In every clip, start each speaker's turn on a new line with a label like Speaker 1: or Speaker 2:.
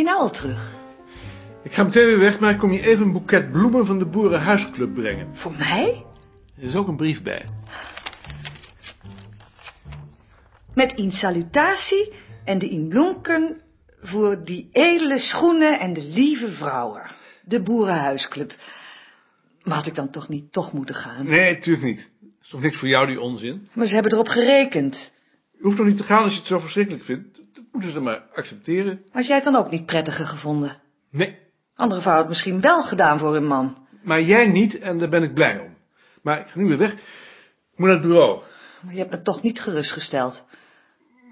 Speaker 1: nou terug.
Speaker 2: Ik ga meteen weer weg, maar ik kom je even een boeket bloemen van de Boerenhuisclub brengen.
Speaker 1: Voor mij?
Speaker 2: Er is ook een brief bij.
Speaker 1: Met in salutatie en de in lonken voor die edele schoenen en de lieve vrouwen. De Boerenhuisclub. Maar had ik dan toch niet toch moeten gaan?
Speaker 2: Nee, tuurlijk niet. Is toch niks voor jou die onzin?
Speaker 1: Maar ze hebben erop gerekend.
Speaker 2: Je hoeft toch niet te gaan als je het zo verschrikkelijk vindt? Dat moeten ze dan maar accepteren.
Speaker 1: Had jij het dan ook niet prettiger gevonden?
Speaker 2: Nee,
Speaker 1: Andere vrouw had het misschien wel gedaan voor hun man.
Speaker 2: maar jij niet en daar ben ik blij om. Maar ik ga nu weer weg. Ik moet naar het bureau.
Speaker 1: Maar je hebt me toch niet gerustgesteld.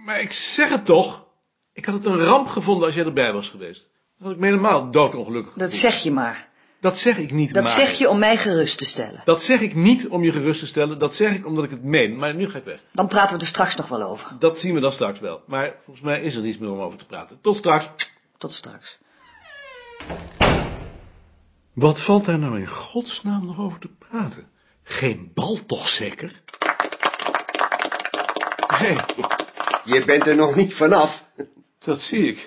Speaker 2: Maar ik zeg het toch. Ik had het een ramp gevonden als jij erbij was geweest. Dan had ik me helemaal doodongelukkig
Speaker 1: Dat
Speaker 2: gevoeld.
Speaker 1: zeg je maar.
Speaker 2: Dat zeg ik niet,
Speaker 1: Dat
Speaker 2: maar.
Speaker 1: zeg je om mij gerust te stellen.
Speaker 2: Dat zeg ik niet om je gerust te stellen. Dat zeg ik omdat ik het meen. Maar nu ga ik weg.
Speaker 1: Dan praten we er straks nog wel over.
Speaker 2: Dat zien we dan straks wel. Maar volgens mij is er niets meer om over te praten. Tot straks.
Speaker 1: Tot straks.
Speaker 2: Wat valt daar nou in godsnaam nog over te praten? Geen bal toch zeker? Hé,
Speaker 3: Je bent er nog niet vanaf.
Speaker 2: dat zie ik.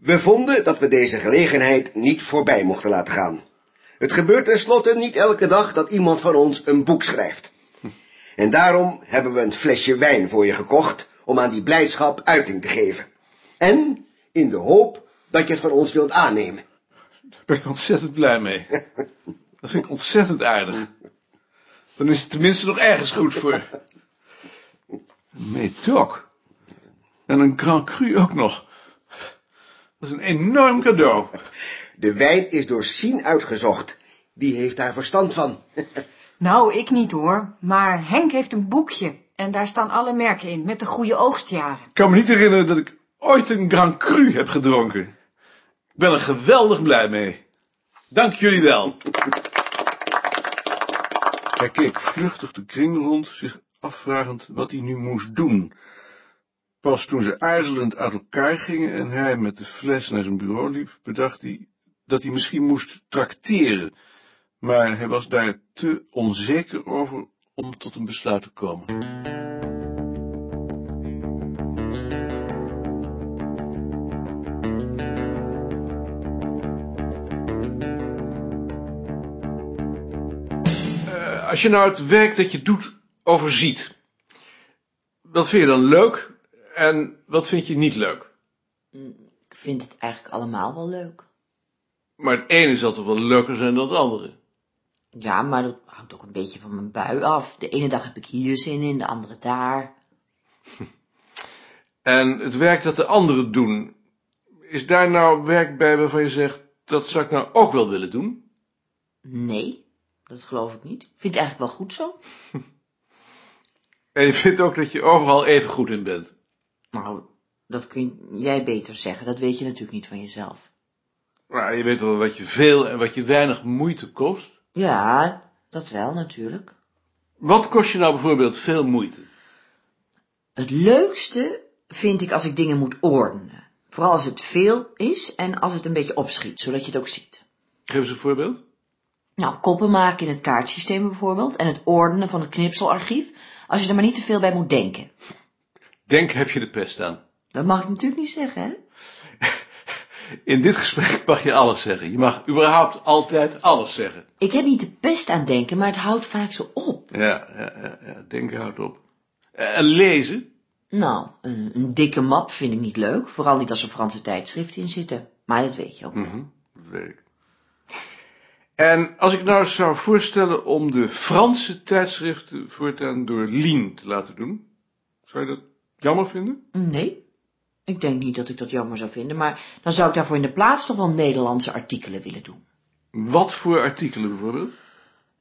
Speaker 3: We vonden dat we deze gelegenheid niet voorbij mochten laten gaan. Het gebeurt tenslotte niet elke dag dat iemand van ons een boek schrijft. En daarom hebben we een flesje wijn voor je gekocht om aan die blijdschap uiting te geven. En in de hoop dat je het van ons wilt aannemen.
Speaker 2: Daar ben ik ontzettend blij mee. Dat vind ik ontzettend aardig. Dan is het tenminste nog ergens goed voor. Een médoc. En een Grand Cru ook nog. Dat is een enorm cadeau.
Speaker 3: De wijn is door Sien uitgezocht. Die heeft daar verstand van.
Speaker 4: Nou, ik niet hoor. Maar Henk heeft een boekje. En daar staan alle merken in, met de goede oogstjaren.
Speaker 2: Ik kan me niet herinneren dat ik ooit een Grand Cru heb gedronken. Ik ben er geweldig blij mee. Dank jullie wel. Hij keek vluchtig de kring rond, zich afvragend wat hij nu moest doen. Pas toen ze aarzelend uit elkaar gingen en hij met de fles naar zijn bureau liep, bedacht hij dat hij misschien moest tracteren. Maar hij was daar te onzeker over om tot een besluit te komen. als je nou het werk dat je doet overziet, wat vind je dan leuk en wat vind je niet leuk?
Speaker 5: Ik vind het eigenlijk allemaal wel leuk.
Speaker 2: Maar het ene zal toch wel leuker zijn dan het andere.
Speaker 5: Ja, maar dat hangt ook een beetje van mijn bui af. De ene dag heb ik hier zin in, de andere daar.
Speaker 2: En het werk dat de anderen doen, is daar nou werk bij waarvan je zegt, dat zou ik nou ook wel willen doen?
Speaker 5: Nee, dat geloof ik niet. Ik vind het eigenlijk wel goed zo.
Speaker 2: En je vindt ook dat je overal even goed in bent.
Speaker 5: Nou, dat kun jij beter zeggen. Dat weet je natuurlijk niet van jezelf.
Speaker 2: Maar Nou, je weet wel wat je veel en wat je weinig moeite kost.
Speaker 5: Ja, dat wel natuurlijk.
Speaker 2: Wat kost je nou bijvoorbeeld veel moeite?
Speaker 5: Het leukste vind ik als ik dingen moet ordenen. Vooral als het veel is en als het een beetje opschiet, zodat je het ook ziet.
Speaker 2: Geef eens een voorbeeld.
Speaker 5: Nou, koppen maken in het kaartsysteem bijvoorbeeld en het ordenen van het knipselarchief, als je er maar niet te veel bij moet denken.
Speaker 2: Denk heb je de pest aan.
Speaker 5: Dat mag ik natuurlijk niet zeggen, hè?
Speaker 2: In dit gesprek mag je alles zeggen. Je mag überhaupt altijd alles zeggen.
Speaker 5: Ik heb niet de pest aan denken, maar het houdt vaak zo op.
Speaker 2: Ja, ja, ja, ja denken houdt op. Eh, En lezen?
Speaker 5: Nou, een, een dikke map vind ik niet leuk, vooral niet als er Franse tijdschriften in zitten. Maar dat weet je ook.
Speaker 2: Mhm, Dat weet ik. En als ik nou zou voorstellen om de Franse tijdschriften voortaan door Lien te laten doen, zou je dat jammer vinden?
Speaker 5: Nee, ik denk niet dat ik dat jammer zou vinden, maar dan zou ik daarvoor in de plaats toch wel Nederlandse artikelen willen doen.
Speaker 2: Wat voor artikelen bijvoorbeeld?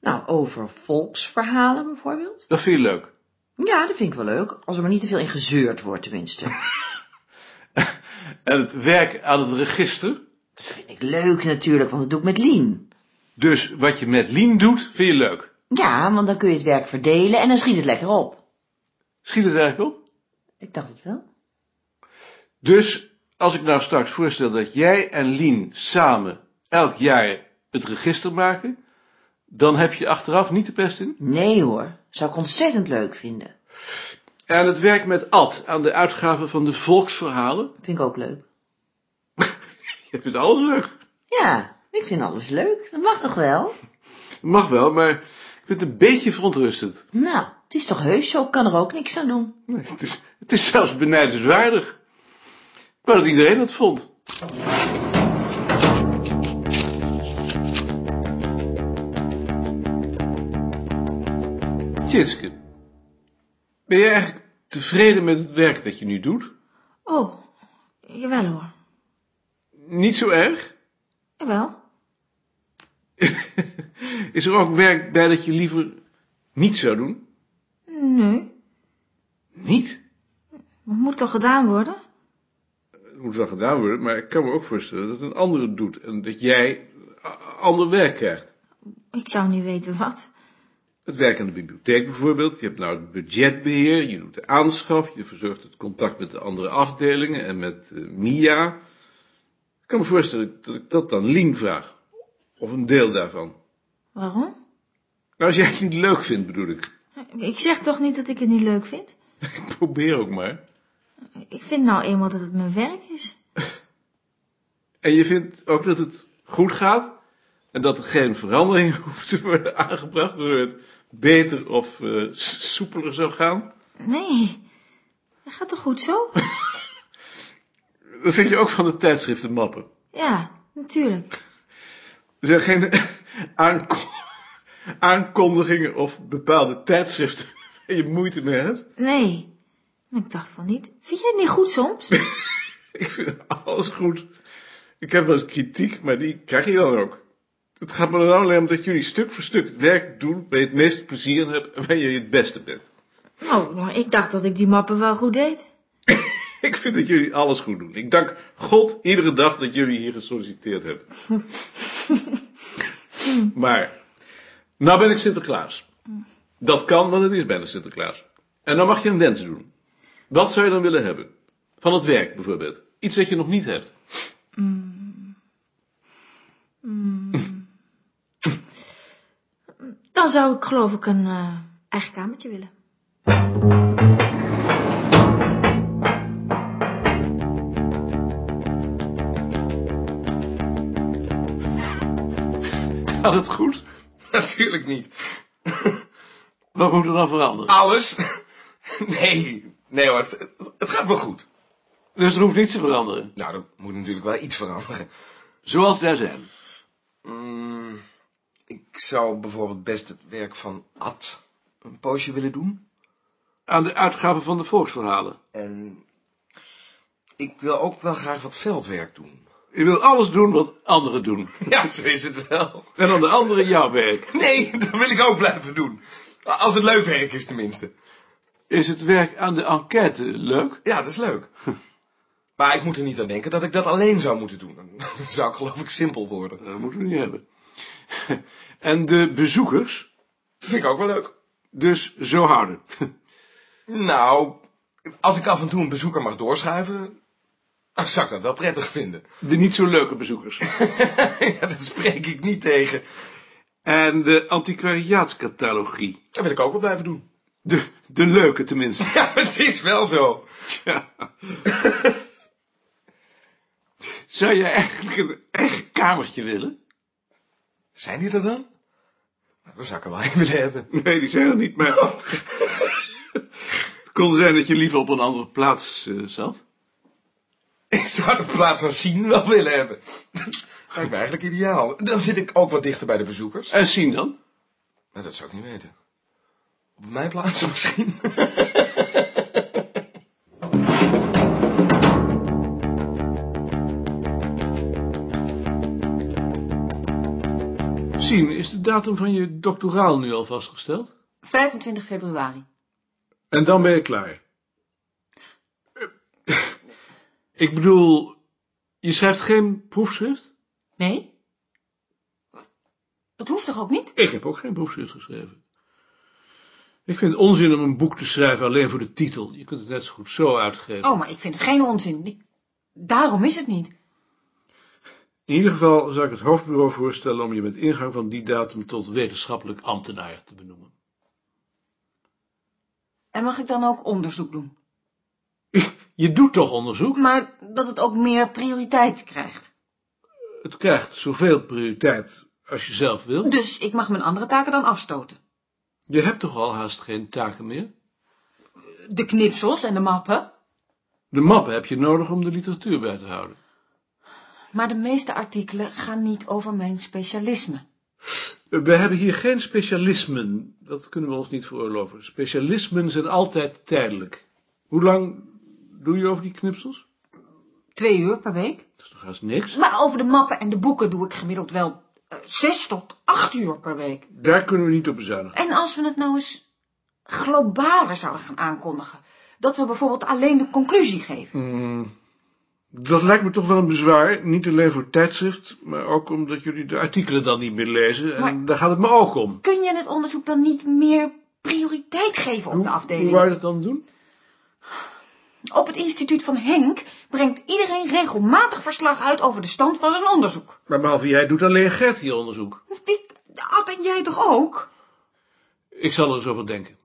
Speaker 5: Nou, over volksverhalen bijvoorbeeld.
Speaker 2: Dat vind je leuk.
Speaker 5: Ja, dat vind ik wel leuk, als er maar niet te veel in gezeurd wordt tenminste.
Speaker 2: En het werk aan het register?
Speaker 5: Dat vind ik leuk natuurlijk, want dat doe ik met Lien.
Speaker 2: Dus wat je met Lien doet, vind je leuk.
Speaker 5: Ja, want dan kun je het werk verdelen en dan schiet het lekker op.
Speaker 2: Schiet het eigenlijk op?
Speaker 5: Ik dacht het wel.
Speaker 2: Dus als ik nou straks voorstel dat jij en Lien samen elk jaar het register maken, dan heb je achteraf niet de pest in.
Speaker 5: Nee hoor, zou ik ontzettend leuk vinden.
Speaker 2: En het werk met Ad aan de uitgave van de volksverhalen,
Speaker 5: Vind ik ook leuk.
Speaker 2: Je vindt alles leuk.
Speaker 5: Ja, ik vind alles leuk. Dat mag toch wel?
Speaker 2: Mag wel, maar ik vind het een beetje verontrustend.
Speaker 5: Nou, het is toch heus zo. Ik kan er ook niks aan doen.
Speaker 2: Nee, het, is, het is zelfs benijdenswaardig. Ik wou dat iedereen dat vond. Tjitske, ben je eigenlijk tevreden met het werk dat je nu doet?
Speaker 4: Oh, jawel hoor.
Speaker 2: Niet zo erg?
Speaker 4: Jawel.
Speaker 2: Is er ook werk bij dat je liever niet zou doen?
Speaker 4: Nee,
Speaker 2: Niet?
Speaker 4: het moet toch gedaan worden?
Speaker 2: Het moet wel gedaan worden, maar ik kan me ook voorstellen dat een ander het doet en dat jij a- ander werk krijgt.
Speaker 4: Ik zou niet weten wat.
Speaker 2: Het werk aan de bibliotheek bijvoorbeeld, je hebt nou het budgetbeheer, je doet de aanschaf, je verzorgt het contact met de andere afdelingen en met eh, MIA. Ik kan me voorstellen dat ik dat dan Lien vraag, of een deel daarvan.
Speaker 4: Waarom?
Speaker 2: Nou, als jij het niet leuk vindt, bedoel ik.
Speaker 4: Ik zeg toch niet dat ik het niet leuk vind?
Speaker 2: Ik probeer ook maar.
Speaker 4: Ik vind nou eenmaal dat het mijn werk is.
Speaker 2: En je vindt ook dat het goed gaat en dat er geen verandering hoeft te worden aangebracht waardoor het beter of eh, s- soepeler zou gaan?
Speaker 4: Nee, dat gaat toch goed zo?
Speaker 2: Dat vind je ook van de tijdschriften mappen.
Speaker 4: Ja, natuurlijk.
Speaker 2: Er zijn geen aanko- aankondigingen of bepaalde tijdschriften waar je moeite mee hebt.
Speaker 4: Nee, maar ik dacht van niet. Vind jij het niet goed soms?
Speaker 2: Ik vind alles goed. Ik heb wel eens kritiek, maar die krijg je dan ook. Het gaat me er nou alleen om dat jullie stuk voor stuk het werk doen waar je het meeste plezier in hebt en waar je het beste bent.
Speaker 4: Oh, maar ik dacht dat ik die mappen wel goed deed.
Speaker 2: Ik vind dat jullie alles goed doen. Ik dank God iedere dag dat jullie hier gesolliciteerd hebben. maar, nou ben ik Sinterklaas. Dat kan, want het is bijna Sinterklaas. En dan mag je een wens doen. Wat zou je dan willen hebben? Van het werk bijvoorbeeld. Iets dat je nog niet hebt.
Speaker 4: Hmm. Dan zou ik geloof ik een eh, eigen kamertje willen.
Speaker 2: Gaat het goed?
Speaker 6: Natuurlijk niet.
Speaker 2: Wat moet er dan veranderen? Ah,
Speaker 6: Alles? Nee, nee hoor, het, het- het gaat wel goed.
Speaker 2: Dus er hoeft niets te veranderen.
Speaker 6: Nou, er moet natuurlijk wel iets veranderen.
Speaker 2: Zoals daar zijn.
Speaker 6: Mm, ik zou bijvoorbeeld best het werk van Ad een poosje willen doen.
Speaker 2: Aan de uitgaven van de volksverhalen.
Speaker 6: En ik wil ook wel graag wat veldwerk doen.
Speaker 2: Je wil alles doen wat anderen doen.
Speaker 6: Ja, zo is het wel.
Speaker 2: En dan de anderen jouw werk.
Speaker 6: Nee, dat wil ik ook blijven doen. Als het leuk werk is tenminste.
Speaker 2: Is het werk aan de enquête leuk?
Speaker 6: Ja, dat is leuk. Maar ik moet er niet aan denken dat ik dat alleen zou moeten doen. Dan zou ik geloof ik simpel worden.
Speaker 2: Dat moeten we niet hebben. En de bezoekers,
Speaker 6: Dat vind ik ook wel leuk.
Speaker 2: dus zo houden.
Speaker 6: Nou, als ik af en toe een bezoeker mag doorschuiven, dan zou ik dat wel prettig vinden.
Speaker 2: De niet zo leuke bezoekers.
Speaker 6: ja, dat spreek ik niet tegen.
Speaker 2: En de antiquariaatscatalogie.
Speaker 6: Dat wil ik ook wel blijven doen.
Speaker 2: De, de leuke tenminste.
Speaker 6: Ja, het is wel zo.
Speaker 2: Ja. Zou jij eigenlijk een eigen kamertje willen?
Speaker 6: Zijn die er dan? Nou, Dan zou ik er wel een willen hebben.
Speaker 2: Nee, die zijn er niet, maar... Het kon zijn dat je liever op een andere plaats eh, zat.
Speaker 6: Ik zou de plaats van zien wel willen hebben. Lijkt me eigenlijk ideaal. Dan zit ik ook wat dichter bij de bezoekers.
Speaker 2: En zien dan?
Speaker 6: Maar dat zou ik niet weten. Op mijn plaats misschien.
Speaker 2: Zien, is de datum van je doctoraal nu al vastgesteld?
Speaker 5: 25 februari.
Speaker 2: En dan ben je klaar. Eh, Ik bedoel, je schrijft geen proefschrift?
Speaker 4: Nee? Dat hoeft toch ook niet?
Speaker 2: Ik heb ook geen proefschrift geschreven. Ik vind het onzin om een boek te schrijven alleen voor de titel. Je kunt het net zo goed zo uitgeven.
Speaker 4: Oh, maar ik vind het geen onzin. Ik- Daarom is het niet.
Speaker 2: In ieder geval zou ik het hoofdbureau voorstellen om je met ingang van die datum tot wetenschappelijk ambtenaar te benoemen.
Speaker 4: En mag ik dan ook onderzoek doen?
Speaker 2: Je doet toch onderzoek?
Speaker 4: Maar dat het ook meer prioriteit krijgt.
Speaker 2: het krijgt zoveel prioriteit als je zelf wilt.
Speaker 5: Dus ik mag mijn andere taken dan afstoten.
Speaker 2: Je hebt toch al haast geen taken meer?
Speaker 5: De knipsels en de mappen.
Speaker 2: De mappen heb je nodig om de literatuur bij te houden.
Speaker 5: Maar de meeste artikelen gaan niet over mijn specialisme.
Speaker 2: Eh, We hebben hier geen specialismen. Dat kunnen we ons niet veroorloven. Specialismen zijn altijd tijdelijk. Hoe lang doe je over die knipsels?
Speaker 5: Twee uur per week.
Speaker 2: Dat is toch haast niks?
Speaker 5: Maar over de mappen en de boeken doe ik gemiddeld wel eh, zes tot acht uur per week.
Speaker 2: Daar kunnen we niet op bezuinigen.
Speaker 5: En als we het nou eens globaler zouden gaan aankondigen. Dat we bijvoorbeeld alleen de conclusie geven.
Speaker 2: Mm, dat lijkt me toch wel een bezwaar. Niet alleen voor het tijdschrift, maar ook omdat jullie de artikelen dan niet meer lezen. En
Speaker 5: Maar-
Speaker 2: daar gaat het me ook om.
Speaker 5: Kun je het onderzoek dan niet meer prioriteit geven op
Speaker 2: Hoe,
Speaker 5: de
Speaker 2: hoe
Speaker 5: afdeling?
Speaker 2: wou je dat dan doen?
Speaker 5: Op het instituut van Henk brengt iedereen regelmatig verslag uit over de stand van zijn onderzoek.
Speaker 2: Maar behalve jij doet alleen Gert hier onderzoek.
Speaker 5: Dit had en jij toch ook?
Speaker 2: Ik zal er eens over denken.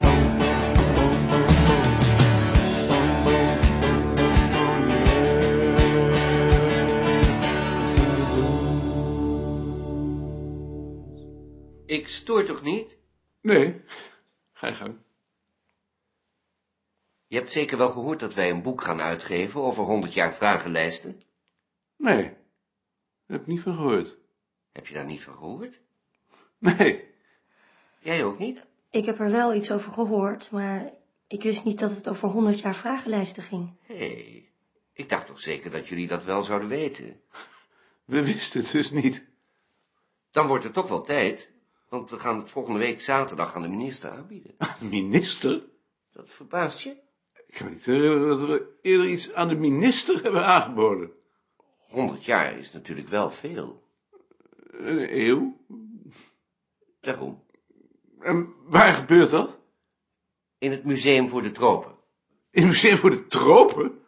Speaker 7: Ik stoor toch niet?
Speaker 8: Nee, ga je gang.
Speaker 7: Je hebt zeker wel gehoord dat wij een boek gaan uitgeven over 100 jaar vragenlijsten.
Speaker 8: Nee, daar heb ik niet van gehoord.
Speaker 7: Heb je daar niet van gehoord?
Speaker 8: Nee,
Speaker 7: Jij ook niet?
Speaker 9: Ik heb er wel iets over gehoord, maar ik wist niet dat het over 100 jaar vragenlijsten ging.
Speaker 7: Hé, ik dacht toch zeker dat jullie dat wel zouden weten.
Speaker 8: we wisten het dus niet.
Speaker 7: Dan wordt het toch wel tijd, want we gaan het volgende week zaterdag aan de minister aanbieden.
Speaker 8: Minister?
Speaker 7: Dat verbaast je?
Speaker 8: Ik kan me niet herinneren dat we eerder iets aan de minister hebben aangeboden.
Speaker 7: 100 jaar is natuurlijk wel veel.
Speaker 8: Een eeuw?
Speaker 7: Daarom,
Speaker 8: En waar gebeurt dat?
Speaker 7: in het Museum voor de Tropen.
Speaker 8: In het museum voor de tropen?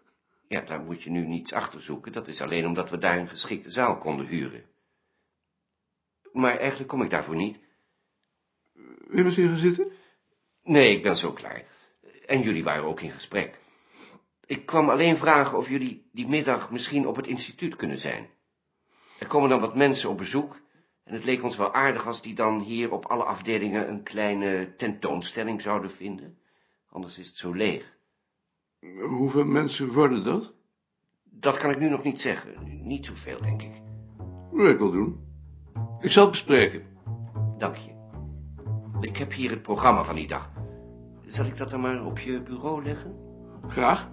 Speaker 7: Ja, daar moet je nu niets achter zoeken. Dat is alleen omdat we daar een geschikte zaal konden huren. Maar eigenlijk kom ik daarvoor niet.
Speaker 8: Wil je maar eens hier gaan zitten?
Speaker 7: Nee, ik ben zo klaar. En jullie waren ook in gesprek. Ik kwam alleen vragen of jullie die middag misschien op het instituut kunnen zijn. Er komen dan wat mensen op bezoek en het leek ons wel aardig als die dan hier op alle afdelingen een kleine tentoonstelling zouden vinden. Anders is het zo leeg.
Speaker 8: Hoeveel mensen worden dat?
Speaker 7: Dat kan ik nu nog niet zeggen. Niet zoveel, denk ik.
Speaker 8: Wil ik wel doen. Ik zal het bespreken.
Speaker 7: Dank je. Ik heb hier het programma van die dag. Zal ik dat dan maar op je bureau leggen?
Speaker 8: Graag.